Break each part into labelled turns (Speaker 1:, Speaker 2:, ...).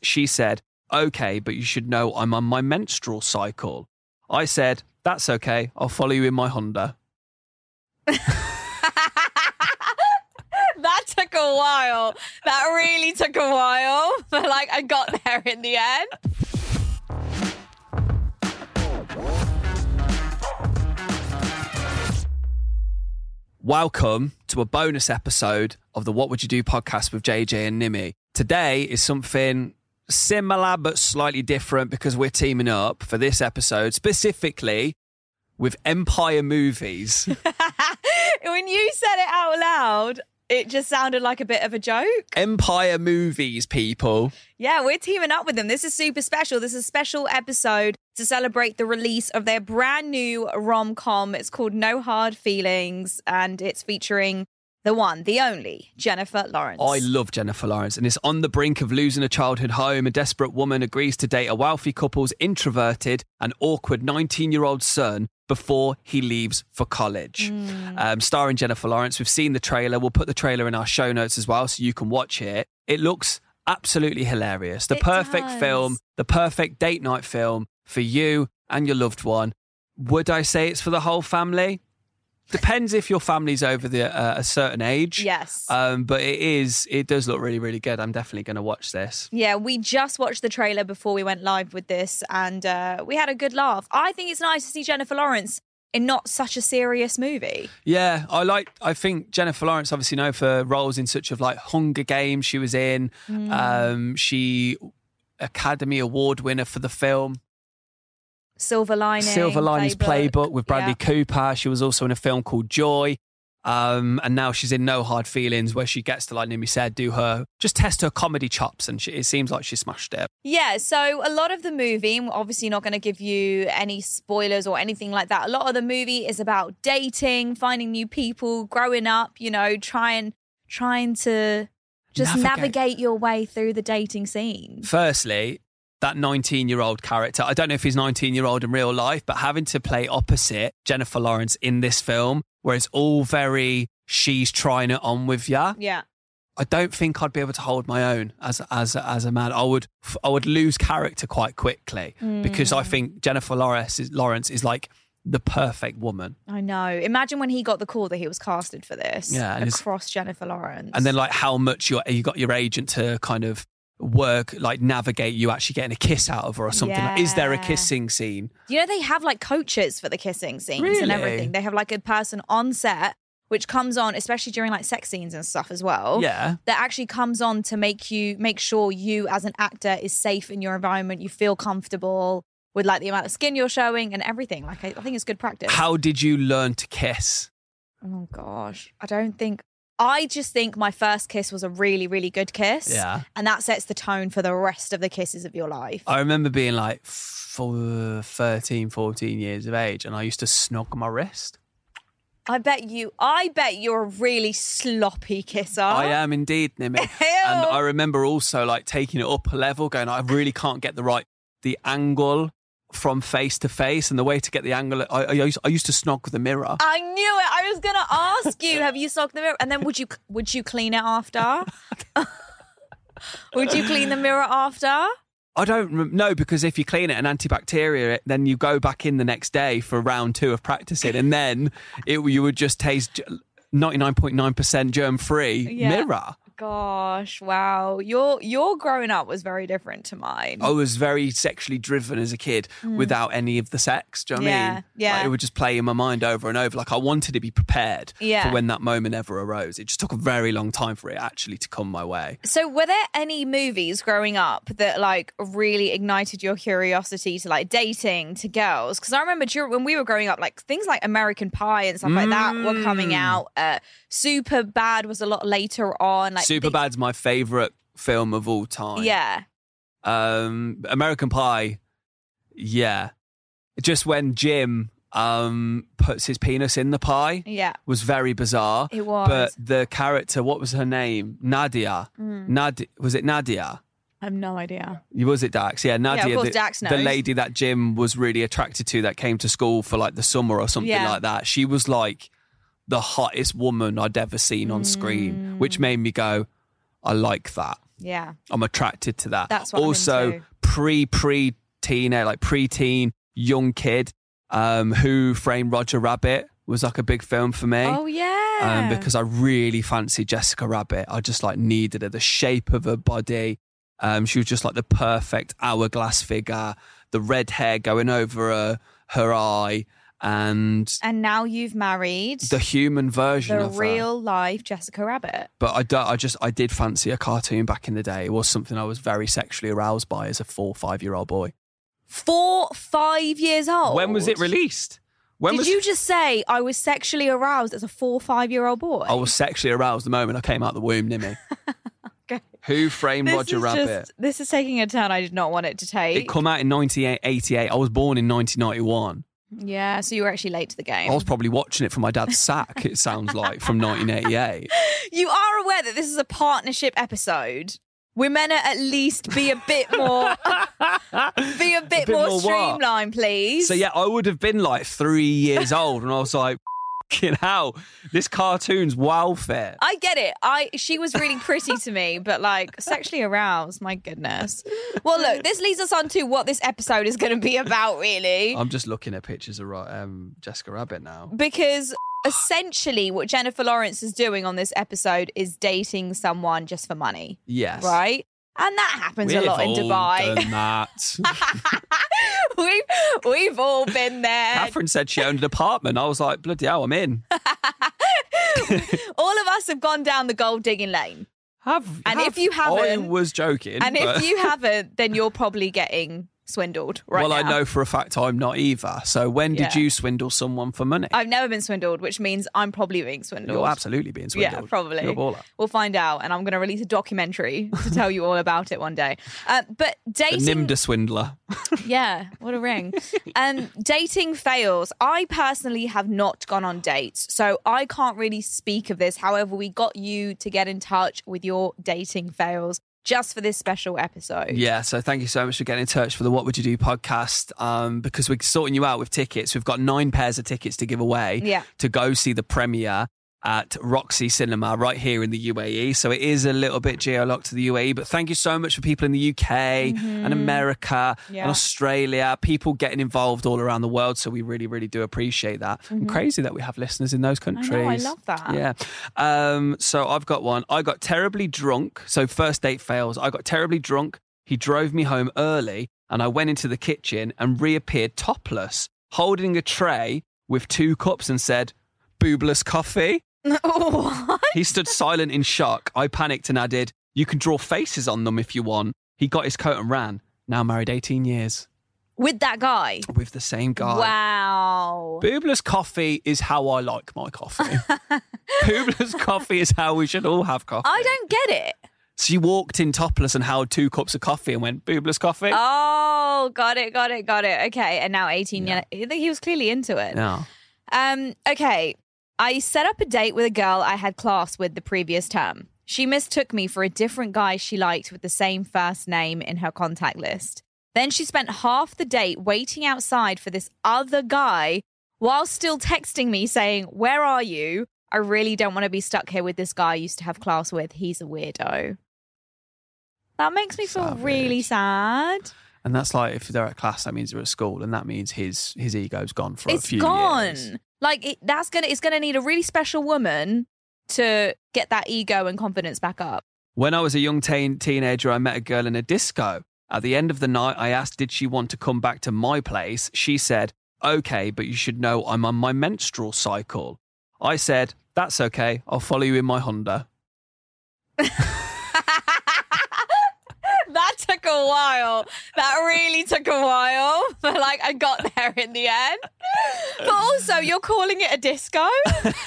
Speaker 1: She said, Okay, but you should know I'm on my menstrual cycle. I said, That's okay. I'll follow you in my Honda.
Speaker 2: that took a while. That really took a while. But like I got there in the end.
Speaker 1: Welcome to a bonus episode of the What Would You Do podcast with JJ and Nimi. Today is something similar but slightly different because we're teaming up for this episode specifically with Empire Movies.
Speaker 2: when you said it out loud, it just sounded like a bit of a joke.
Speaker 1: Empire Movies, people.
Speaker 2: Yeah, we're teaming up with them. This is super special. This is a special episode to celebrate the release of their brand new rom com. It's called No Hard Feelings, and it's featuring the one, the only Jennifer Lawrence.
Speaker 1: I love Jennifer Lawrence, and it's on the brink of losing a childhood home. A desperate woman agrees to date a wealthy couple's introverted and awkward 19 year old son before he leaves for college.
Speaker 2: Hmm.
Speaker 1: Um, starring Jennifer Lawrence, we've seen the trailer. We'll put the trailer in our show notes as well so you can watch it. It looks absolutely hilarious. The
Speaker 2: It
Speaker 1: perfect
Speaker 2: does.
Speaker 1: film, the perfect date night film for you and your loved one. Would I say it's for the whole family? Depends if your family's over the uh, a certain age.
Speaker 2: Yes.
Speaker 1: Um, but it is, it does look really, really good. I'm definitely going to watch this.
Speaker 2: Yeah, we just watched the trailer before we went live with this, and uh, we had a good laugh. I think it's nice to see Jennifer Lawrence in not such a serious movie.
Speaker 1: Yeah, I like. I think Jennifer Lawrence, obviously known for roles in such of like Hunger Games, she was in. Um, she Academy Award winner for the film
Speaker 2: Silver Lining,
Speaker 1: Silver Linings Playbook, with Bradley
Speaker 2: Yeah.
Speaker 1: Cooper. She was also in a film called Joy. Um, and now she's in No Hard Feelings, where she gets to, like Nimi said, do her just test her comedy chops, and she, it seems like she smashed it.
Speaker 2: Yeah, so a lot of the movie, and we're obviously not going to give you any spoilers or anything like that. A lot of the movie is about dating, finding new people, growing up, you know, trying trying to just
Speaker 1: Navigate.
Speaker 2: navigate, your way through the dating scene.
Speaker 1: Firstly, that 19 year old character, I don't know if he's 19 year old in real life, but having to play opposite Jennifer Lawrence in this film, where it's all very she's trying it on with ya.
Speaker 2: Yeah.
Speaker 1: I don't think I'd be able to hold my own as as as a man. I would I would lose character quite quickly because I think Jennifer Lawrence is, Lawrence is like the perfect woman.
Speaker 2: I know. Imagine when he got the call that he was casted for this.
Speaker 1: Yeah, and it's-
Speaker 2: across Jennifer Lawrence.
Speaker 1: And then like how much you you got your agent to kind of work like navigate you actually getting a kiss out of her or something. Like, is there a
Speaker 2: Yeah.
Speaker 1: kissing scene?
Speaker 2: you know they have like coaches for the kissing scenes
Speaker 1: Really?
Speaker 2: and everything. They have like a person on set which comes on, especially during like sex scenes and stuff as well.
Speaker 1: Yeah.
Speaker 2: that actually comes on to make you make sure you as an actor is safe in your environment you feel comfortable with like the amount of skin you're showing and everything like i, I think it's good practice
Speaker 1: How did you learn to kiss?
Speaker 2: oh gosh i don't think i just think my first kiss was a really really good kiss
Speaker 1: Yeah.
Speaker 2: and that sets the tone for the rest of the kisses of your life
Speaker 1: I remember being like four, 13, 14 years of age, and I used to snog my wrist.
Speaker 2: i bet you i bet you're a really sloppy kisser
Speaker 1: I am indeed, Nimi. and I remember also like taking it up a level, going, I really can't get the right the angle from face to face, and the way to get the angle. I, I, used, I used to snog the mirror.
Speaker 2: I knew it. I was gonna ask you, have you socked the mirror? And then would you would you clean it after? would you clean the mirror after?
Speaker 1: I don't rem- know because if you clean it and antibacterial it, then you go back in the next day for round two of practicing, and then it you would just taste ninety nine point nine percent germ free
Speaker 2: Yeah.
Speaker 1: mirror.
Speaker 2: Gosh, wow. Your your growing up was very different to mine.
Speaker 1: I was very sexually driven as a kid without any of the sex. Do you know what I
Speaker 2: Mm. Yeah,
Speaker 1: mean?
Speaker 2: yeah.
Speaker 1: Like, it would just play in my mind over and over. Like I wanted to be prepared
Speaker 2: Yeah.
Speaker 1: for when that moment ever arose. It just took a very long time for it actually to come my way.
Speaker 2: So were there any movies growing up that like really ignited your curiosity to like dating to girls? Because I remember dur- when we were growing up, like things like American Pie and stuff like that were
Speaker 1: Mm.
Speaker 2: coming out. Uh, Super Bad was a lot later on. Like
Speaker 1: Superbad's my favorite film of all time.
Speaker 2: Yeah.
Speaker 1: Um, American Pie. Yeah. Just when Jim um puts his penis in the pie
Speaker 2: Yeah.
Speaker 1: was very bizarre.
Speaker 2: It was.
Speaker 1: But the character, what was her name? Nadia.
Speaker 2: Mm.
Speaker 1: Nadia was it Nadia?
Speaker 2: I have no idea.
Speaker 1: You- Was it Dax? Yeah, Nadia,
Speaker 2: course,
Speaker 1: the,
Speaker 2: Dax
Speaker 1: the
Speaker 2: knows.
Speaker 1: lady that Jim was really attracted to that came to school for like the summer or something
Speaker 2: Yeah.
Speaker 1: like that. She was like
Speaker 2: Mm.
Speaker 1: the hottest woman I'd ever seen on screen, which made me go, I like that.
Speaker 2: Yeah.
Speaker 1: I'm attracted to that.
Speaker 2: That's what I'm
Speaker 1: also
Speaker 2: into.
Speaker 1: pre pre teen, like pre teen young kid, um, who framed Roger Rabbit was like a big film for me.
Speaker 2: Oh yeah.
Speaker 1: Um, because I really fancied Jessica Rabbit. I just like needed her, the shape of her body. Um, she was just like the perfect hourglass figure, the red hair going over her, her eye, and
Speaker 2: and now you've married
Speaker 1: the human version
Speaker 2: the
Speaker 1: of her.
Speaker 2: real life Jessica Rabbit.
Speaker 1: But I, do, I just I did fancy a cartoon back in the day. It was something I was very sexually aroused by as a four five year old boy.
Speaker 2: Four, five years old.
Speaker 1: When was it released? When
Speaker 2: Did
Speaker 1: was
Speaker 2: you just say I was sexually aroused as a four, five year old boy?
Speaker 1: I was sexually aroused the moment I came out the womb, Nimmy.
Speaker 2: Okay.
Speaker 1: Who framed
Speaker 2: this
Speaker 1: Roger
Speaker 2: is
Speaker 1: Rabbit?
Speaker 2: Just, this is taking a turn I did not want it to take.
Speaker 1: It come out in 1988. I was born in 1991.
Speaker 2: yeah, so you were actually late to the game.
Speaker 1: I was probably watching it from my dad's sack, it sounds like, from 1988.
Speaker 2: You are aware that this is a partnership episode. We're meant to at least be a bit more, be a bit,
Speaker 1: bit
Speaker 2: more,
Speaker 1: more what?
Speaker 2: streamlined, please.
Speaker 1: So, yeah, I would have been like three years old, and I was like, "Fucking hell, this cartoon's welfare.
Speaker 2: I get it. I she was really pretty to me, but like sexually aroused. My goodness. Well, look, this leads us on to what this episode is going to be about, really,
Speaker 1: I'm just looking at pictures of Ro- um, Jessica Rabbit now.
Speaker 2: because essentially what Jennifer Lawrence is doing on this episode is dating someone just for money,
Speaker 1: Yes.
Speaker 2: right? And that happens
Speaker 1: We've
Speaker 2: a lot in
Speaker 1: all
Speaker 2: Dubai.
Speaker 1: done that.
Speaker 2: we've we've all been there.
Speaker 1: Catherine said she owned an apartment. I was like, bloody hell, I'm in.
Speaker 2: all of us have gone down the gold digging lane.
Speaker 1: Have,
Speaker 2: And
Speaker 1: have-
Speaker 2: if you
Speaker 1: I
Speaker 2: haven't-
Speaker 1: was joking.
Speaker 2: And
Speaker 1: but-
Speaker 2: if you haven't, then you're probably getting swindled right
Speaker 1: well, I
Speaker 2: now.
Speaker 1: know for a fact I'm not either. So when did
Speaker 2: Yeah.
Speaker 1: you swindle someone for money?
Speaker 2: I've never been swindled, which means I'm probably being swindled.
Speaker 1: You're absolutely being
Speaker 2: Yeah,
Speaker 1: swindled.
Speaker 2: probably.
Speaker 1: You're a baller.
Speaker 2: We'll find out, and I'm going to release a documentary to tell you all about it one day. Uh, but
Speaker 1: The
Speaker 2: dating,
Speaker 1: Nimda swindler.
Speaker 2: yeah, what a ring. Um, dating fails. I personally have not gone on dates, so I can't really speak of this. However, we got you to get in touch with your dating fails just for this special episode.
Speaker 1: Yeah, so thank you so much for getting in touch for the What Would You Do podcast. Um, because we're sorting you out with tickets. We've got nine pairs of tickets to give away
Speaker 2: Yeah.
Speaker 1: to go see the premiere at Roxy Cinema right here in the UAE. So it is a little bit geolocked to the UAE, but thank you so much for people in the UK and America
Speaker 2: Mm-hmm. Yeah.
Speaker 1: and Australia, people getting involved all around the world. So we really, really do appreciate that. And crazy that we have listeners in those
Speaker 2: Mm-hmm. I
Speaker 1: countries.
Speaker 2: know, I love that.
Speaker 1: Yeah. Um, so I've got one. I got terribly drunk. So first date fails. I got terribly drunk. He drove me home early and I went into the kitchen and reappeared topless, holding a tray with two cups and said, Boobless coffee.
Speaker 2: What?
Speaker 1: He stood silent in shock. I panicked and added, You can draw faces on them if you want. He got his coat and ran. Now married 18 years
Speaker 2: With that guy.
Speaker 1: with the same guy.
Speaker 2: Wow.
Speaker 1: Boobless coffee is how I like my coffee. Boobless coffee is how we should all have coffee.
Speaker 2: I don't get it.
Speaker 1: She walked in topless and held two cups of coffee and went, boobless coffee?
Speaker 2: Oh, got it, got it, got it. Okay, and now 18 yeah. I think he was clearly into it.
Speaker 1: no.
Speaker 2: Um, okay. I set up a date with a girl I had class with the previous term. She mistook me for a different guy she liked with the same first name in her contact list. Then she spent half the date waiting outside for this other guy while still texting me saying, Where are you? I really don't want to be stuck here with this guy I used to have class with. He's a weirdo. That makes me feel
Speaker 1: Savage.
Speaker 2: really sad.
Speaker 1: And that's like if they're at class, that means they're at school, and that means his his ego's gone for
Speaker 2: It's
Speaker 1: a few
Speaker 2: gone.
Speaker 1: years.
Speaker 2: Like it, that's gonna it's gonna need a really special woman to get that ego and confidence back up.
Speaker 1: When I was a young teen- teenager, I met a girl in a disco. At the end of the night, I asked, did she want to come back to my place? She said, okay, but you should know I'm on my menstrual cycle. I said, that's okay. I'll follow you in my Honda.
Speaker 2: that took a while. That really took a while, but like I got there in the end. But also, you're calling it a disco.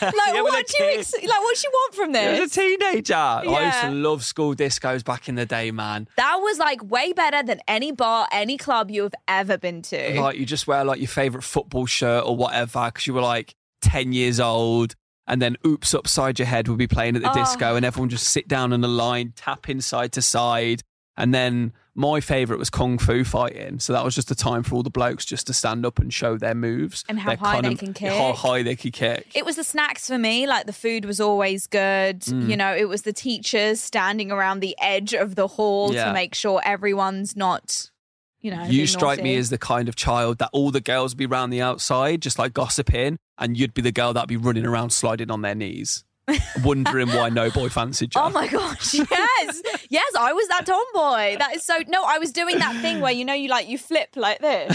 Speaker 2: Like
Speaker 1: with
Speaker 2: what
Speaker 1: a
Speaker 2: do you
Speaker 1: kid.
Speaker 2: ex- like what do you want from
Speaker 1: I
Speaker 2: this?
Speaker 1: was a teenager. I used
Speaker 2: Yeah.
Speaker 1: to love school discos back in the day, man.
Speaker 2: that was like way better than any bar, any club you have ever been to.
Speaker 1: like you just wear like your favorite football shirt or whatever because you were like 10 years old and then oops upside your head would be playing at the
Speaker 2: Oh.
Speaker 1: disco and everyone just sit down on the line tapping side to side And then my favorite was kung fu fighting. So that was just a time for all the blokes just to stand up and show their moves
Speaker 2: And how
Speaker 1: their
Speaker 2: high they
Speaker 1: of-
Speaker 2: can kick.
Speaker 1: How high they can kick.
Speaker 2: It was the snacks for me. Like the food was always good.
Speaker 1: Mm.
Speaker 2: You know, it was the teachers standing around the edge of the hall
Speaker 1: Yeah.
Speaker 2: to make sure everyone's not, you know.
Speaker 1: you
Speaker 2: being
Speaker 1: strike me
Speaker 2: naughty.
Speaker 1: as the kind of child that all the girls would be round the outside, just like gossiping, and you'd be the girl that'd be running around sliding on their knees, wondering why no boy fancied you.
Speaker 2: Oh my gosh, yes. yes, I was that tomboy. That is so no, I was doing that thing where you know you like you flip like this.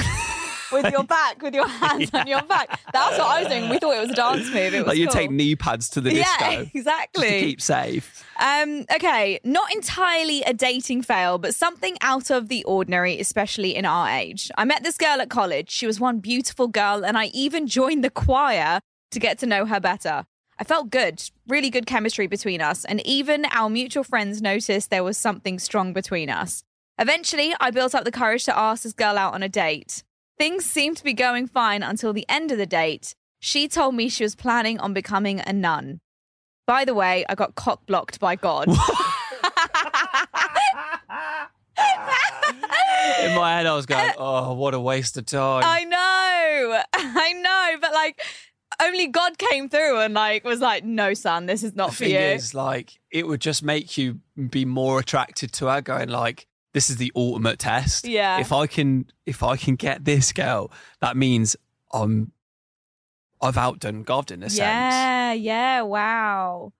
Speaker 2: With your back, with your hands on your back. That's what I was doing. We thought it was a dance move. It was
Speaker 1: like you
Speaker 2: cool.
Speaker 1: take knee pads to the disco
Speaker 2: Yeah,
Speaker 1: just to
Speaker 2: exactly.
Speaker 1: keep safe.
Speaker 2: Um, okay, not entirely a dating fail, but something out of the ordinary, especially in our age. I met this girl at college. She was one beautiful girl, and I even joined the choir to get to know her better. I felt good, really good chemistry between us, and even our mutual friends noticed there was something strong between us. Eventually, I built up the courage to ask this girl out on a date. Things seemed to be going fine until the end of the date. She told me she was planning on becoming a nun. By the way, I got cock blocked by God.
Speaker 1: In my head, I was going, "Oh, what a waste of time."
Speaker 2: Uh, I know, I know, but like only God came through and like was like, no, son, this is not
Speaker 1: the
Speaker 2: for
Speaker 1: thing
Speaker 2: you.
Speaker 1: is, like, it would just make you be more attracted to her. Going like, this is the ultimate test.
Speaker 2: Yeah.
Speaker 1: If I can, if I can get this girl, that means I'm, I've outdone God in a sense.
Speaker 2: yeah, yeah, wow.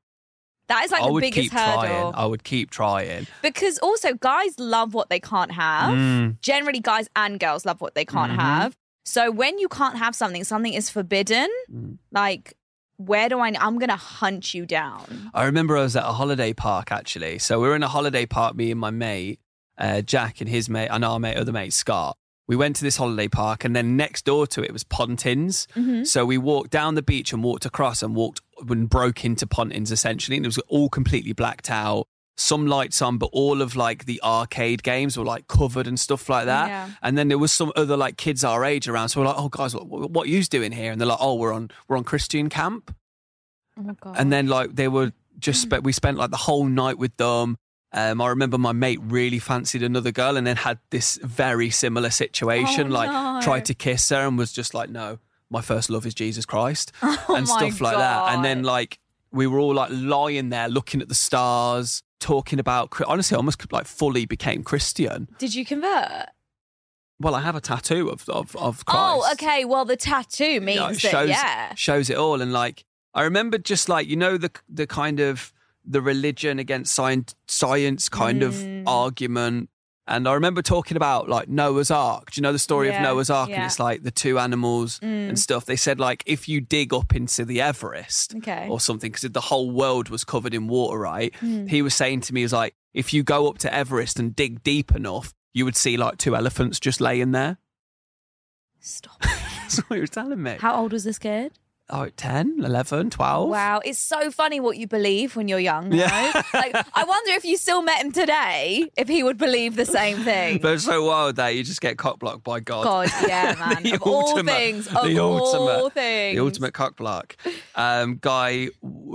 Speaker 2: That is like
Speaker 1: I
Speaker 2: the
Speaker 1: would
Speaker 2: biggest
Speaker 1: keep
Speaker 2: hurdle
Speaker 1: trying. I would keep trying.
Speaker 2: because also guys love what they can't have.
Speaker 1: Mm-hmm.
Speaker 2: Generally, guys and girls love what they can't
Speaker 1: Mhm.
Speaker 2: have. So when you can't have something, something is forbidden.
Speaker 1: Mm.
Speaker 2: Like, where do I? I'm gonna hunt you down.
Speaker 1: I remember I was at a holiday park actually. So we were in a holiday park, me and my mate, uh, Jack and his mate, and our mate, other mate, Scott. We went to this holiday park, and then next door to it was Pontins.
Speaker 2: Hmm.
Speaker 1: So we walked down the beach and walked across and walked and broke into Pontins essentially. And it was all completely blacked out, some lights on, but all of like the arcade games were like covered and stuff like that.
Speaker 2: Yeah.
Speaker 1: And then there was some other like kids our age around. So we're like, oh, guys, what, what are you doing here? And they're like, oh, we're on, we're on Christian camp
Speaker 2: Oh Hmm. my god.
Speaker 1: and then like they were just spe- we spent like the whole night with them um, I remember my mate really fancied another girl and then had this very similar situation.
Speaker 2: Oh,
Speaker 1: like,
Speaker 2: no.
Speaker 1: tried to kiss her and was just like, no, my first love is Jesus Christ
Speaker 2: Oh
Speaker 1: and
Speaker 2: my
Speaker 1: stuff like that. And then,
Speaker 2: God.
Speaker 1: like, we were all like lying there looking at the stars, talking about, Chri- honestly, I almost like fully became Christian.
Speaker 2: did you convert?
Speaker 1: Well, I have a tattoo of, of, of Christ.
Speaker 2: Oh, okay. Well, the tattoo means
Speaker 1: you know,
Speaker 2: that,
Speaker 1: shows
Speaker 2: yeah.
Speaker 1: shows it all. And like I remember, just like you know the the kind of the religion against science science kind
Speaker 2: Mm.
Speaker 1: of argument. And I remember talking about like Noah's Ark. Do you know the story
Speaker 2: Yeah,
Speaker 1: of Noah's Ark? And
Speaker 2: yeah. Mm.
Speaker 1: it's like the two animals and stuff. They said like if you dig up into the Everest
Speaker 2: Okay. Mm.
Speaker 1: or something, because the whole world was covered in water, right? He was saying to me, is like if you go up to Everest and dig deep enough, you would see like two elephants just laying there.
Speaker 2: Stop.
Speaker 1: That's what he was telling me.
Speaker 2: How old was this kid?
Speaker 1: Oh, 10, 11, 12.
Speaker 2: Wow, it's so funny what you believe when you're young.
Speaker 1: Yeah.
Speaker 2: right? like I wonder if you still met him today, if he would believe the same thing.
Speaker 1: But it's so wild that you just get cock blocked by God.
Speaker 2: God, yeah, man.
Speaker 1: The
Speaker 2: of all
Speaker 1: ultimate-
Speaker 2: things, of
Speaker 1: the
Speaker 2: all
Speaker 1: ultimate-
Speaker 2: things,
Speaker 1: The ultimate cock block. Um, guy,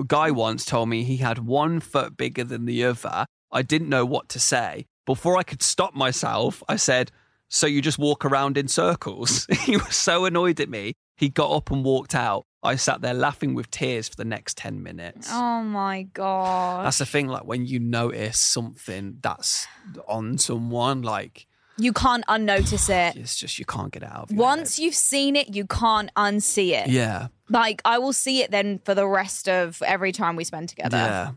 Speaker 1: guy once told me he had one foot bigger than the other. I didn't know what to say. Before I could stop myself, I said, So you just walk around in circles? he was so annoyed at me. He got up and walked out. I sat there laughing with tears for the next 10 minutes.
Speaker 2: Oh my god!
Speaker 1: That's the thing, like when you notice something that's on someone, like
Speaker 2: you can't unnotice it.
Speaker 1: it's just you can't get it out of your head.
Speaker 2: Eh. Once you've seen it, you can't unsee it.
Speaker 1: Yeah.
Speaker 2: Like I will see it then for the rest of every time we spend together.
Speaker 1: Yeah.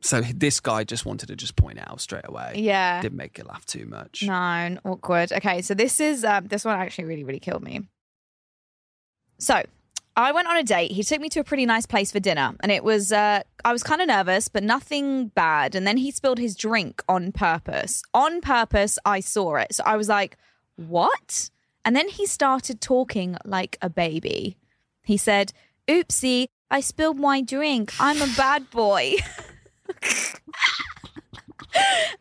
Speaker 1: So this guy just wanted to just point it out straight away.
Speaker 2: Yeah.
Speaker 1: Didn't make it laugh too much.
Speaker 2: No, n- awkward. Okay, so this is um, this one actually really really killed me. So I went on a date. He took me to a pretty nice place for dinner, and it was uh, I was kind of nervous, but nothing bad. And then he spilled his drink on purpose. On purpose, I saw it, so I was like, "What?" And then he started talking like a baby. He said, "Oopsie, I spilled my drink. I'm a bad boy."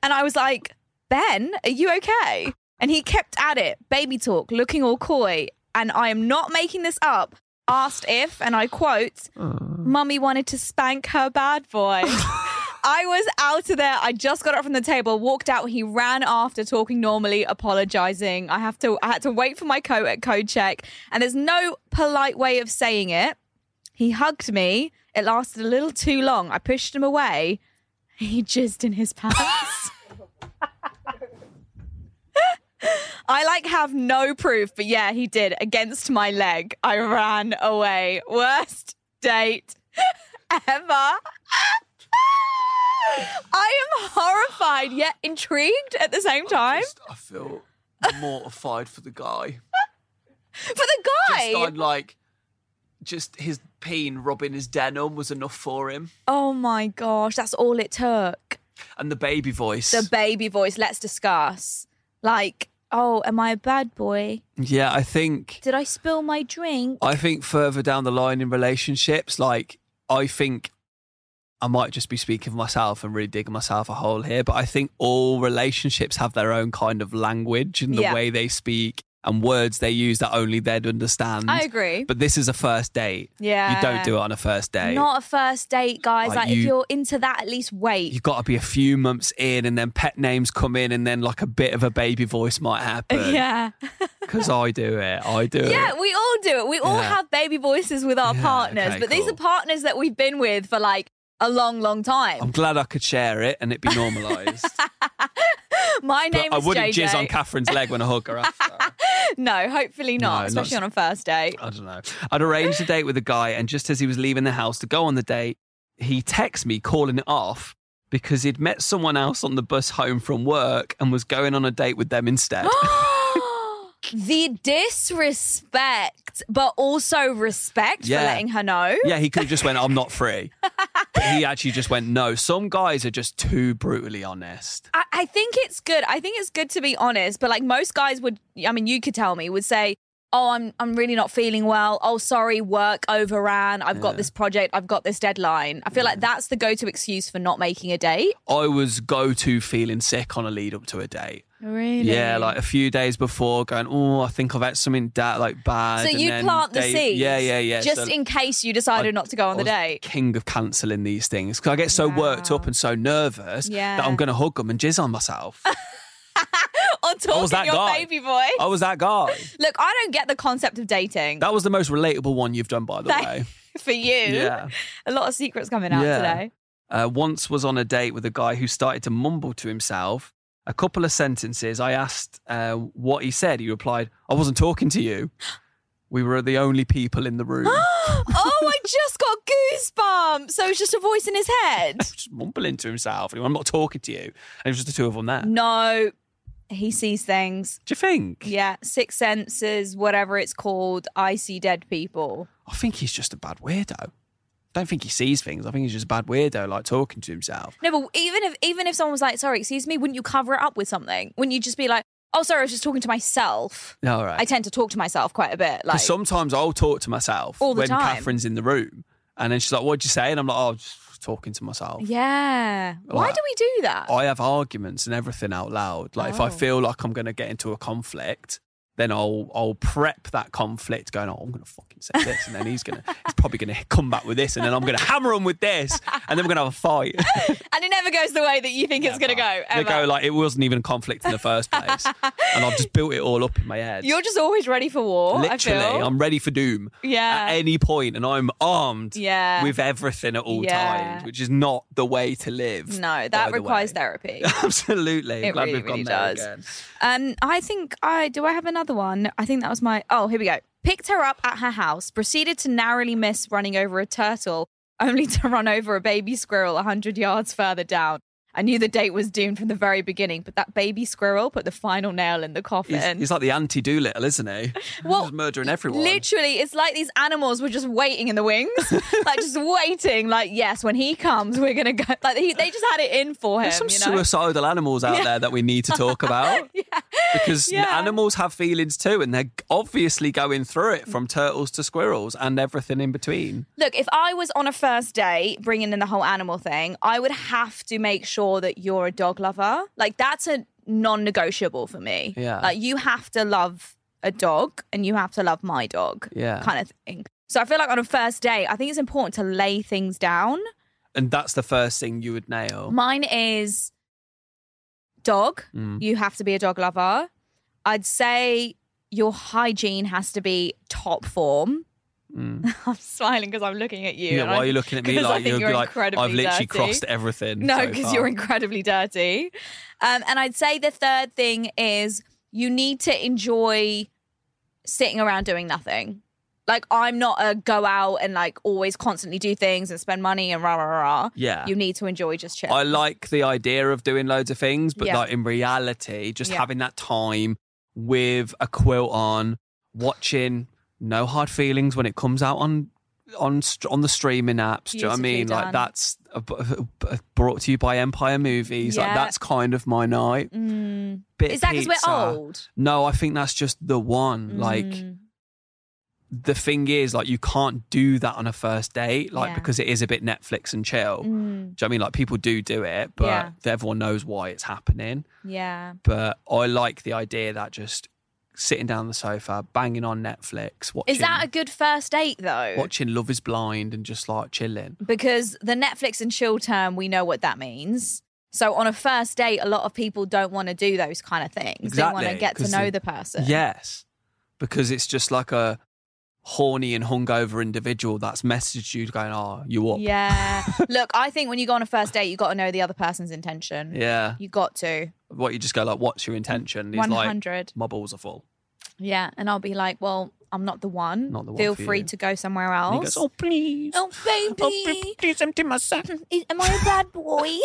Speaker 2: And I was like, Ben, are you okay? And he kept at it, baby talk, looking all coy. And I am not making this up. Asked if, and I quote, Mummy wanted to spank her bad boy. I was out of there. I just got up from the table, walked out. He ran after talking normally, apologizing. I have to. I had to wait for my coat at code check, and there's no polite way of saying it. He hugged me. It lasted a little too long. I pushed him away. He jizzed in his pants. I like have no proof, but yeah, he did against my leg. I ran away. Worst date ever. I am horrified yet intrigued at the same time.
Speaker 1: Oh, Just- I feel mortified for the guy.
Speaker 2: For the guy.
Speaker 1: Just on like, just his peen rubbing his denim was enough for him,
Speaker 2: oh my gosh, that's all it took.
Speaker 1: and the baby voice.
Speaker 2: The baby voice, let's discuss. Like, oh, am I a bad boy?
Speaker 1: yeah, I think
Speaker 2: Did I spill my drink?
Speaker 1: I think further down the line in relationships, like I think I might just be speaking for myself and really digging myself a hole here, but I think all relationships have their own kind of language and the
Speaker 2: Yeah.
Speaker 1: way they speak and words they use that only they'd understand.
Speaker 2: I agree.
Speaker 1: But this is a first date.
Speaker 2: yeah.
Speaker 1: You don't do it on a first date.
Speaker 2: Not a first date, guys.
Speaker 1: Like,
Speaker 2: Like,
Speaker 1: you-
Speaker 2: if you're into that, at least wait.
Speaker 1: You've got to be a few months in, and then pet names come in, and then like a bit of a baby voice might happen.
Speaker 2: yeah.
Speaker 1: Because I do it. I do it.
Speaker 2: Yeah, we all do it. We all
Speaker 1: Yeah.
Speaker 2: have baby voices with our
Speaker 1: Yeah,
Speaker 2: partners,
Speaker 1: okay,
Speaker 2: but these
Speaker 1: cool.
Speaker 2: are partners that we've been with for like a long, long time.
Speaker 1: I'm glad I could share it and it be normalized.
Speaker 2: My
Speaker 1: But
Speaker 2: name
Speaker 1: I
Speaker 2: is
Speaker 1: wouldn't
Speaker 2: JJ.
Speaker 1: jizz on Catherine's leg when I hug her after.
Speaker 2: no, hopefully not,
Speaker 1: No,
Speaker 2: especially
Speaker 1: not-
Speaker 2: on a first date.
Speaker 1: I don't know. I'd arranged a date with a guy, and just as he was leaving the house to go on the date, he texts me calling it off because he'd met someone else on the bus home from work and was going on a date with them instead.
Speaker 2: the disrespect, but also respect
Speaker 1: Yeah.
Speaker 2: for letting her know.
Speaker 1: yeah, he could have just went, I'm not free. But he actually just went, no. Some guys are just too brutally honest.
Speaker 2: I, I think it's good. I think it's good to be honest, but like most guys would, I mean, you could tell me, would say, Oh, I'm I'm really not feeling well. Oh, sorry, work overran. I've got this project. I've got this deadline. I feel like that's the go-to excuse for not making a date.
Speaker 1: I was go to feeling sick on a lead up to a date.
Speaker 2: Really?
Speaker 1: Yeah, like a few days before, going, oh, I think I've had something da- like bad.
Speaker 2: so
Speaker 1: and
Speaker 2: you
Speaker 1: then
Speaker 2: plant the
Speaker 1: they-
Speaker 2: seeds.
Speaker 1: Yeah, yeah, yeah.
Speaker 2: Just
Speaker 1: So-
Speaker 2: in case you decided
Speaker 1: I-
Speaker 2: not to go on the
Speaker 1: I was
Speaker 2: date.
Speaker 1: King of cancelling these things because I get so worked
Speaker 2: Wow.
Speaker 1: up and so nervous that
Speaker 2: Yeah.
Speaker 1: I'm going to hug them and jizz on myself.
Speaker 2: Or talking
Speaker 1: that
Speaker 2: your
Speaker 1: guy.
Speaker 2: baby boy.
Speaker 1: I was that guy.
Speaker 2: Look, I don't get the concept of dating
Speaker 1: That was the most relatable one you've done, by the
Speaker 2: Thank-
Speaker 1: way.
Speaker 2: for you.
Speaker 1: Yeah.
Speaker 2: A lot of secrets coming out
Speaker 1: Yeah.
Speaker 2: today.
Speaker 1: Uh, once was on a date with a guy who started to mumble to himself. A couple of sentences. I asked uh, what he said. He replied, "I wasn't talking to you. We were the only people in the room."
Speaker 2: oh, I just got goosebumps. So it's just a voice in his head.
Speaker 1: Just mumbling to himself. I'm not talking to you. And it was just the two of them there. Do
Speaker 2: No, he sees things.
Speaker 1: you think?
Speaker 2: Yeah, six senses, whatever it's called. I see dead people.
Speaker 1: I think he's just a bad weirdo. Don't think he sees things. I think he's just a bad weirdo, like talking to himself.
Speaker 2: No, but even if even if someone was like, "Sorry, excuse me," wouldn't you cover it up with something? Wouldn't you just be like, "Oh, sorry, I was just talking to myself."
Speaker 1: All right.
Speaker 2: I tend to talk to myself quite a bit. Like,
Speaker 1: Because sometimes I'll talk to myself
Speaker 2: All the
Speaker 1: when
Speaker 2: time.
Speaker 1: Catherine's in the room, and then she's like, "What'd you say?" And I'm like, "Oh, just talking to myself."
Speaker 2: yeah, why
Speaker 1: Like-
Speaker 2: do we do that?
Speaker 1: I have arguments and everything out loud. Like if I
Speaker 2: Oh.
Speaker 1: feel like I'm going to get into a conflict, then I'll I'll prep that conflict, going, "Oh, I'm going to fucking say this," and then he's gonna he's probably going to come back with this, and then I'm going to hammer him with this, and then we're going to have a fight.
Speaker 2: and it never goes the way that you think it's going to go.
Speaker 1: They
Speaker 2: Ever.
Speaker 1: go like it wasn't even a conflict in the first place, and I've just built it all up in my head.
Speaker 2: You're just always ready for war.
Speaker 1: Literally,
Speaker 2: I feel.
Speaker 1: I'm ready for doom
Speaker 2: yeah.
Speaker 1: at any point, and I'm armed
Speaker 2: yeah.
Speaker 1: with everything at all
Speaker 2: Yeah.
Speaker 1: times, which is not the way to live.
Speaker 2: no,
Speaker 1: by
Speaker 2: that
Speaker 1: the
Speaker 2: requires
Speaker 1: way.
Speaker 2: therapy.
Speaker 1: Absolutely,
Speaker 2: It
Speaker 1: glad
Speaker 2: really,
Speaker 1: we've gone
Speaker 2: really
Speaker 1: there
Speaker 2: does.
Speaker 1: again.
Speaker 2: Um, I think I do. I have another one. I think that was my. Oh, here we go. Picked her up at her house. Proceeded to narrowly miss running over a turtle, only to run over a baby squirrel hundred yards further down. I knew the date was doomed from the very beginning, but that baby squirrel put the final nail in the coffin.
Speaker 1: He's, he's like the anti Doolittle, isn't he?
Speaker 2: Well,
Speaker 1: He's murdering everyone.
Speaker 2: Literally, it's like these animals were just waiting in the wings, like just waiting. Like, yes, when he comes, we're gonna go. Like he, they just had it in for him.
Speaker 1: There's some
Speaker 2: Um, you know?
Speaker 1: suicidal animals out
Speaker 2: Yeah.
Speaker 1: there that we need to talk about because
Speaker 2: Yeah.
Speaker 1: animals have feelings too, and they're obviously going through it from turtles to squirrels and everything in between.
Speaker 2: Look, if I was on a first date bringing in the whole animal thing, I would have to make sure that you're a dog lover. Like that's a non-negotiable for me.
Speaker 1: Yeah.
Speaker 2: Like you have to love a dog and you have to love my dog.
Speaker 1: Yeah.
Speaker 2: Kind of thing. So I feel like on a first date, I think it's important to lay things down
Speaker 1: And that's the first thing you would nail.
Speaker 2: Mine is dog.
Speaker 1: Mm.
Speaker 2: You have to be a dog lover. I'd say your hygiene has to be top form.
Speaker 1: Mm.
Speaker 2: I'm smiling because I'm looking at you.
Speaker 1: Yeah,
Speaker 2: and
Speaker 1: why
Speaker 2: I-
Speaker 1: are you looking at me
Speaker 2: 'cause I
Speaker 1: like
Speaker 2: think
Speaker 1: you're,
Speaker 2: you're
Speaker 1: like I've
Speaker 2: incredibly
Speaker 1: literally
Speaker 2: dirty.
Speaker 1: crossed everything?
Speaker 2: No,
Speaker 1: so
Speaker 2: because
Speaker 1: far.
Speaker 2: you're incredibly dirty. Um, and I'd say the third thing is you need to enjoy sitting around doing nothing. Like I'm not a go out and like always constantly do things and spend money and rah rah rah.
Speaker 1: Yeah.
Speaker 2: You need to enjoy just chill.
Speaker 1: I like the idea of doing loads of things, but
Speaker 2: Yeah.
Speaker 1: like in reality, just
Speaker 2: Yeah.
Speaker 1: having that time with a quilt on, watching no hard feelings when it comes out on on str- on the streaming apps. Do you know what I
Speaker 2: Beautifully
Speaker 1: mean? Like
Speaker 2: done.
Speaker 1: that's uh, b- uh, brought to you by Empire Movies. Like
Speaker 2: Yeah.
Speaker 1: that's kind of my night.
Speaker 2: Mm.
Speaker 1: Bit
Speaker 2: Is that because
Speaker 1: pizza.
Speaker 2: we're old?
Speaker 1: No, I think that's just the one. Like
Speaker 2: Mm.
Speaker 1: the thing is, like you can't do that on a first date, like
Speaker 2: Yeah.
Speaker 1: because it is a bit Netflix and chill.
Speaker 2: Mm.
Speaker 1: Do you know what I mean? Like people do do it, but
Speaker 2: Yeah.
Speaker 1: everyone knows why it's happening.
Speaker 2: yeah,
Speaker 1: But I like the idea that just sitting down on the sofa, banging on Netflix, watching,
Speaker 2: is that a good first date though?
Speaker 1: watching Love is Blind and just like chilling.
Speaker 2: because the Netflix and chill term, we know what that means. So on a first date, a lot of people don't want to do those kind of things. They want
Speaker 1: Exactly,
Speaker 2: to get to
Speaker 1: 'cause
Speaker 2: know
Speaker 1: they-
Speaker 2: the person.
Speaker 1: Yes. Because it's just like a horny and hungover individual that's messaged you going, oh, you up?
Speaker 2: Yeah. Look, I think when you go on a first date, you got to know the other person's intention.
Speaker 1: Yeah.
Speaker 2: You got to.
Speaker 1: What you just go like, what's your intention? He's like,
Speaker 2: 100.
Speaker 1: my balls are full.
Speaker 2: yeah. And I'll be like, well, I'm not the one.
Speaker 1: Not the one
Speaker 2: Feel
Speaker 1: for
Speaker 2: free
Speaker 1: you.
Speaker 2: to go somewhere
Speaker 1: And
Speaker 2: else.
Speaker 1: he goes, oh, please.
Speaker 2: Oh, baby.
Speaker 1: please empty my sack.
Speaker 2: Am I a bad boy?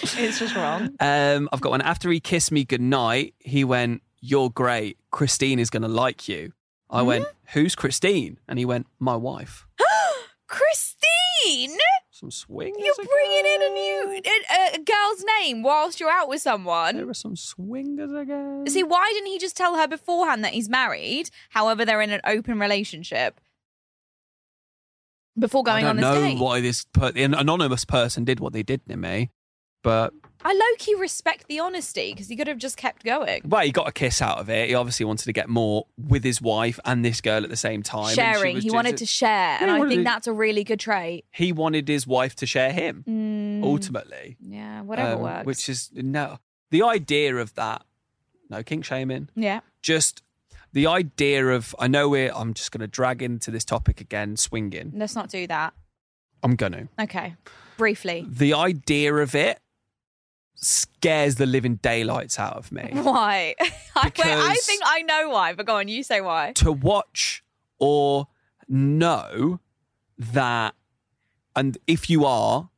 Speaker 2: it's just wrong.
Speaker 1: Um, I've got one. After he kissed me goodnight, he went, You're great. Christine is going to like you. I
Speaker 2: Hmm?
Speaker 1: went, Who's Christine? And he went, My wife.
Speaker 2: Christine,
Speaker 1: Some swing.
Speaker 2: you're bringing in a new
Speaker 1: "Oh."
Speaker 2: a, a girl's name whilst you're out with someone.
Speaker 1: There are some swingers again.
Speaker 2: See, why didn't he just tell her beforehand that he's married? However, they're in an open relationship before going
Speaker 1: I
Speaker 2: on
Speaker 1: don't
Speaker 2: this
Speaker 1: know
Speaker 2: date.
Speaker 1: why this per- the anonymous person did what they did to me, but
Speaker 2: I low key respect the honesty because he could have just kept going.
Speaker 1: well, he got a kiss out of it. He obviously wanted to get more with his wife and this girl at the same time. and she
Speaker 2: Sharing,
Speaker 1: was
Speaker 2: he
Speaker 1: just-
Speaker 2: wanted to share, and
Speaker 1: he
Speaker 2: I
Speaker 1: wanted
Speaker 2: think
Speaker 1: to-
Speaker 2: that's a really good trait.
Speaker 1: He wanted his wife to share him
Speaker 2: Mm,
Speaker 1: ultimately.
Speaker 2: yeah, whatever
Speaker 1: um,
Speaker 2: works.
Speaker 1: Which is no the idea of that. No kink shaming.
Speaker 2: yeah,
Speaker 1: Just the idea of I know we're I'm just going to drag into this topic again. Swinging.
Speaker 2: let's not do that.
Speaker 1: I'm going to.
Speaker 2: Okay, briefly.
Speaker 1: The idea of it scares the living daylights out of me.
Speaker 2: Why? I, wait, I
Speaker 1: Because-
Speaker 2: think I know why, but go on, you say why.
Speaker 1: to watch or know that, and if you are.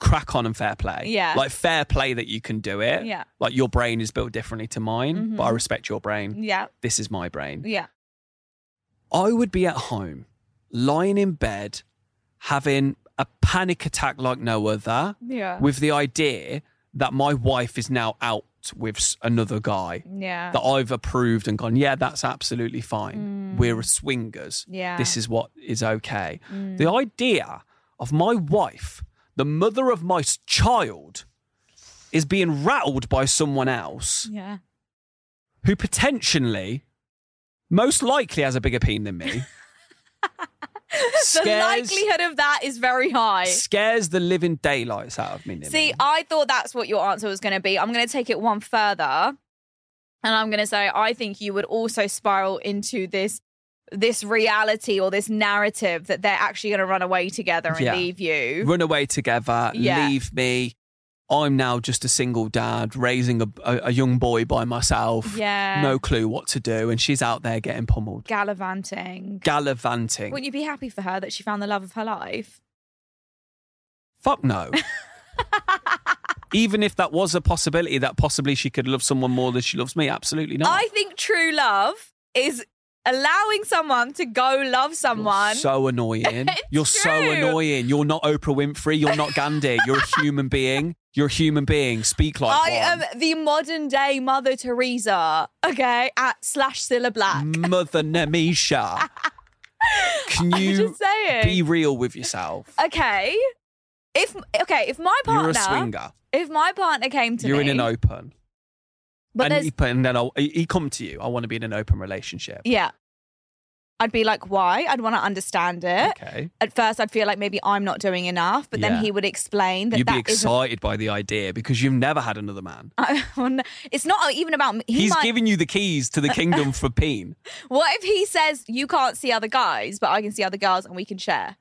Speaker 1: Crack on and fair play.
Speaker 2: Yeah.
Speaker 1: Like fair play that you can do it.
Speaker 2: Yeah.
Speaker 1: Like your brain is built differently to mine,
Speaker 2: Mhm.
Speaker 1: but I respect your brain.
Speaker 2: Yeah,
Speaker 1: This is my brain.
Speaker 2: yeah.
Speaker 1: I would be at home, lying in bed, having a panic attack like no other,
Speaker 2: Yeah.
Speaker 1: with the idea that my wife is now out with s- another guy
Speaker 2: yeah.
Speaker 1: that I've approved and gone, yeah, that's absolutely fine. We're swingers.
Speaker 2: Mm. Yeah. Mm.
Speaker 1: This is what is okay. The idea of my wife, the mother of my s- child, is being rattled by someone else
Speaker 2: yeah.
Speaker 1: who potentially, most likely, has a bigger peen than me.
Speaker 2: The
Speaker 1: scares,
Speaker 2: likelihood of that is very high.
Speaker 1: scares the living daylights out of me. Nimmy.
Speaker 2: See, I thought that's what your answer was going to be. I'm going to take it one further, and I'm going to say I think you would also spiral into this this reality or this narrative that they're actually going to run away together and
Speaker 1: Yeah.
Speaker 2: leave you.
Speaker 1: run away together,
Speaker 2: Yeah.
Speaker 1: leave me. I'm now just a single dad raising a, a, a young boy by myself.
Speaker 2: Yeah.
Speaker 1: No clue what to do. And she's out there getting pummeled,
Speaker 2: Gallivanting.
Speaker 1: gallivanting.
Speaker 2: Wouldn't you be happy for her that she found the love of her life?
Speaker 1: Fuck no. Even if that was a possibility that possibly she could love someone more than she loves me, absolutely not.
Speaker 2: I think true love is allowing someone to go love someone.
Speaker 1: So annoying. You're so
Speaker 2: true.
Speaker 1: annoying. You're not Oprah Winfrey. You're not Gandhi. You're a human being. You're a human being. Speak like
Speaker 2: I
Speaker 1: one.
Speaker 2: am the modern day Mother Teresa, okay, at slash Silla Black.
Speaker 1: Mother Nemisha. Can
Speaker 2: I'm
Speaker 1: you
Speaker 2: just saying.
Speaker 1: be real with yourself?
Speaker 2: okay. If okay, if my
Speaker 1: You're a
Speaker 2: partner,
Speaker 1: swinger.
Speaker 2: if my partner came to
Speaker 1: You're
Speaker 2: me,
Speaker 1: in an open.
Speaker 2: but
Speaker 1: and,
Speaker 2: there's
Speaker 1: he, and then I'll, he he come to you. I want to be in an open relationship.
Speaker 2: yeah, I'd be like, why? I'd want to understand it.
Speaker 1: Okay.
Speaker 2: At first, I'd feel like maybe I'm not doing enough, but
Speaker 1: Yeah.
Speaker 2: then he would explain that
Speaker 1: You'd be
Speaker 2: that is.
Speaker 1: excited by the idea because you've never had another man.
Speaker 2: It's not even about me. He
Speaker 1: He's
Speaker 2: might,
Speaker 1: giving you the keys to the kingdom for peen.
Speaker 2: what if he says you can't see other guys, but I can see other girls and we can share?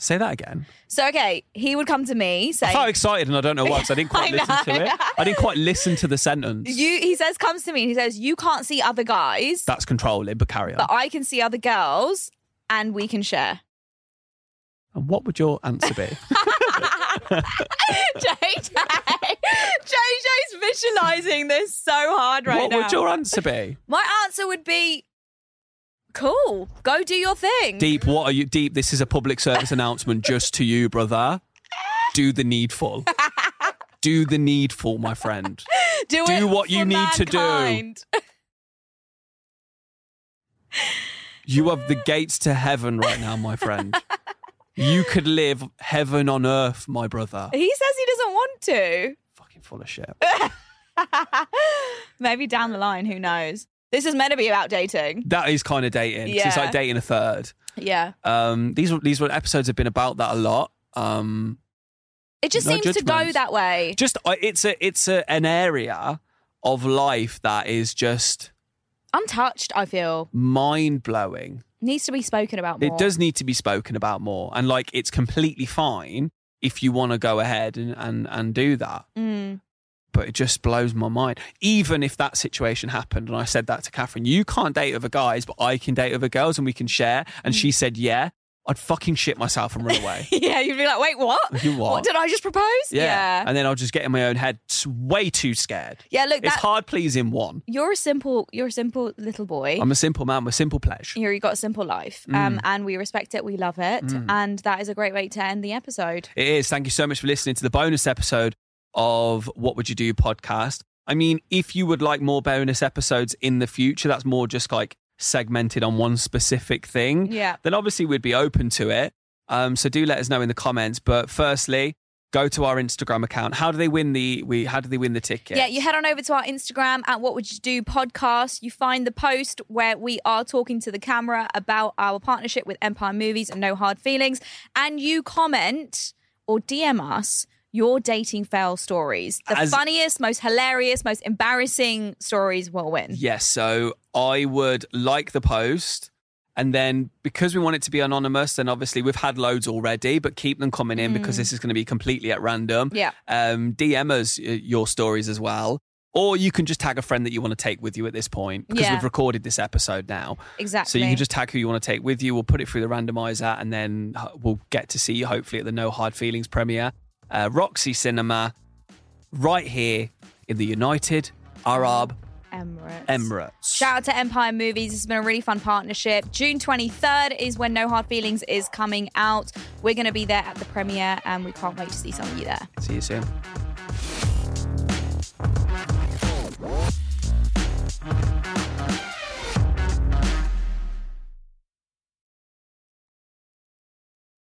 Speaker 1: Say that again.
Speaker 2: So okay, he would come to me
Speaker 1: I
Speaker 2: saying,
Speaker 1: felt excited and I don't know why because I didn't quite
Speaker 2: I
Speaker 1: listen
Speaker 2: know.
Speaker 1: to it. I didn't quite listen to the sentence.
Speaker 2: you. He says comes to me and he says you can't see other guys,
Speaker 1: That's controlling, but carry on.
Speaker 2: but I can see other girls and we can share.
Speaker 1: and what would your answer be?
Speaker 2: JJ, JJ's visualizing this so hard right
Speaker 1: what
Speaker 2: now.
Speaker 1: would your answer be?
Speaker 2: My answer would be, cool. Go do your thing.
Speaker 1: Deep, what are you? Deep, this is a public service announcement just to you, brother. Do the needful. Do the needful, my friend.
Speaker 2: do
Speaker 1: do
Speaker 2: it
Speaker 1: what you
Speaker 2: for
Speaker 1: need to do.
Speaker 2: mankind.
Speaker 1: You have the gates to heaven right now, my friend. You could live heaven on earth, my brother.
Speaker 2: He says he doesn't want to.
Speaker 1: Fucking full of shit.
Speaker 2: Maybe down the line, who knows? This is meant to be about dating.
Speaker 1: That is kind of dating. 'cause It's
Speaker 2: Yeah.
Speaker 1: like dating a third.
Speaker 2: Yeah.
Speaker 1: Um, these these episodes have been about that a lot. Um,
Speaker 2: It just
Speaker 1: No
Speaker 2: seems to go
Speaker 1: judgments.
Speaker 2: that way.
Speaker 1: just I- it's a it's a, an area of life that is just
Speaker 2: Untouched, I feel.
Speaker 1: mind blowing.
Speaker 2: Needs to be spoken about more.
Speaker 1: It does need to be spoken about more, and like it's completely fine if you want to go ahead and, and and do that.
Speaker 2: Mm.
Speaker 1: But it just blows my mind. Even if that situation happened, and I said that to Catherine, you can't date other guys, but I can date other girls, and we can share. And she said, "Yeah," I'd fucking shit myself and run away.
Speaker 2: yeah, you'd be like, wait, what?
Speaker 1: You what?
Speaker 2: What did I just propose?
Speaker 1: yeah.
Speaker 2: Yeah,
Speaker 1: and then I'll just get in my own head, s- way too scared.
Speaker 2: Yeah, look,
Speaker 1: It's
Speaker 2: that,
Speaker 1: hard pleasing one.
Speaker 2: you're a simple, you're a simple little boy.
Speaker 1: I'm a simple man with simple pleasure.
Speaker 2: you know, you got a simple life,
Speaker 1: Mm.
Speaker 2: um, and we respect it. We love it, and that is a great way to end the episode.
Speaker 1: It is. Thank you so much for listening to the bonus episode of What Would You Do podcast. I mean, if you would like more bonus episodes in the future, that's more just like segmented on one specific thing,
Speaker 2: Yeah,
Speaker 1: then obviously we'd be open to it. Um, so do let us know in the comments. But firstly, go to our Instagram account. How do they win the we? How do they win the ticket?
Speaker 2: yeah. You head on over to our Instagram at What Would You Do podcast. You find the post where we are talking to the camera about our partnership with Empire Movies and No Hard Feelings, and you comment or DM us. Your dating fail stories. The
Speaker 1: As-
Speaker 2: funniest, most hilarious, most embarrassing stories will win.
Speaker 1: Yes. So I would like the post. And then because we want it to be anonymous, then obviously we've had loads already, but keep them coming in
Speaker 2: Mm.
Speaker 1: because this is going to be completely at random.
Speaker 2: Yeah.
Speaker 1: Um, DM us uh, your stories as well. Or you can just tag a friend that you want to take with you at this point because
Speaker 2: Yeah.
Speaker 1: we've recorded this episode now.
Speaker 2: Exactly.
Speaker 1: So you can just tag who you want to take with you. We'll put it through the randomizer and then h- we'll get to see you hopefully at the No Hard Feelings premiere. Uh, Roxy Cinema, right here in the United Arab
Speaker 2: Emirates.
Speaker 1: Emirates.
Speaker 2: Shout out to Empire Movies. It's been a really fun partnership. June 23rd is when No Hard Feelings is coming out. We're going to be there at the premiere and we can't wait to see some of you there.
Speaker 1: See you soon.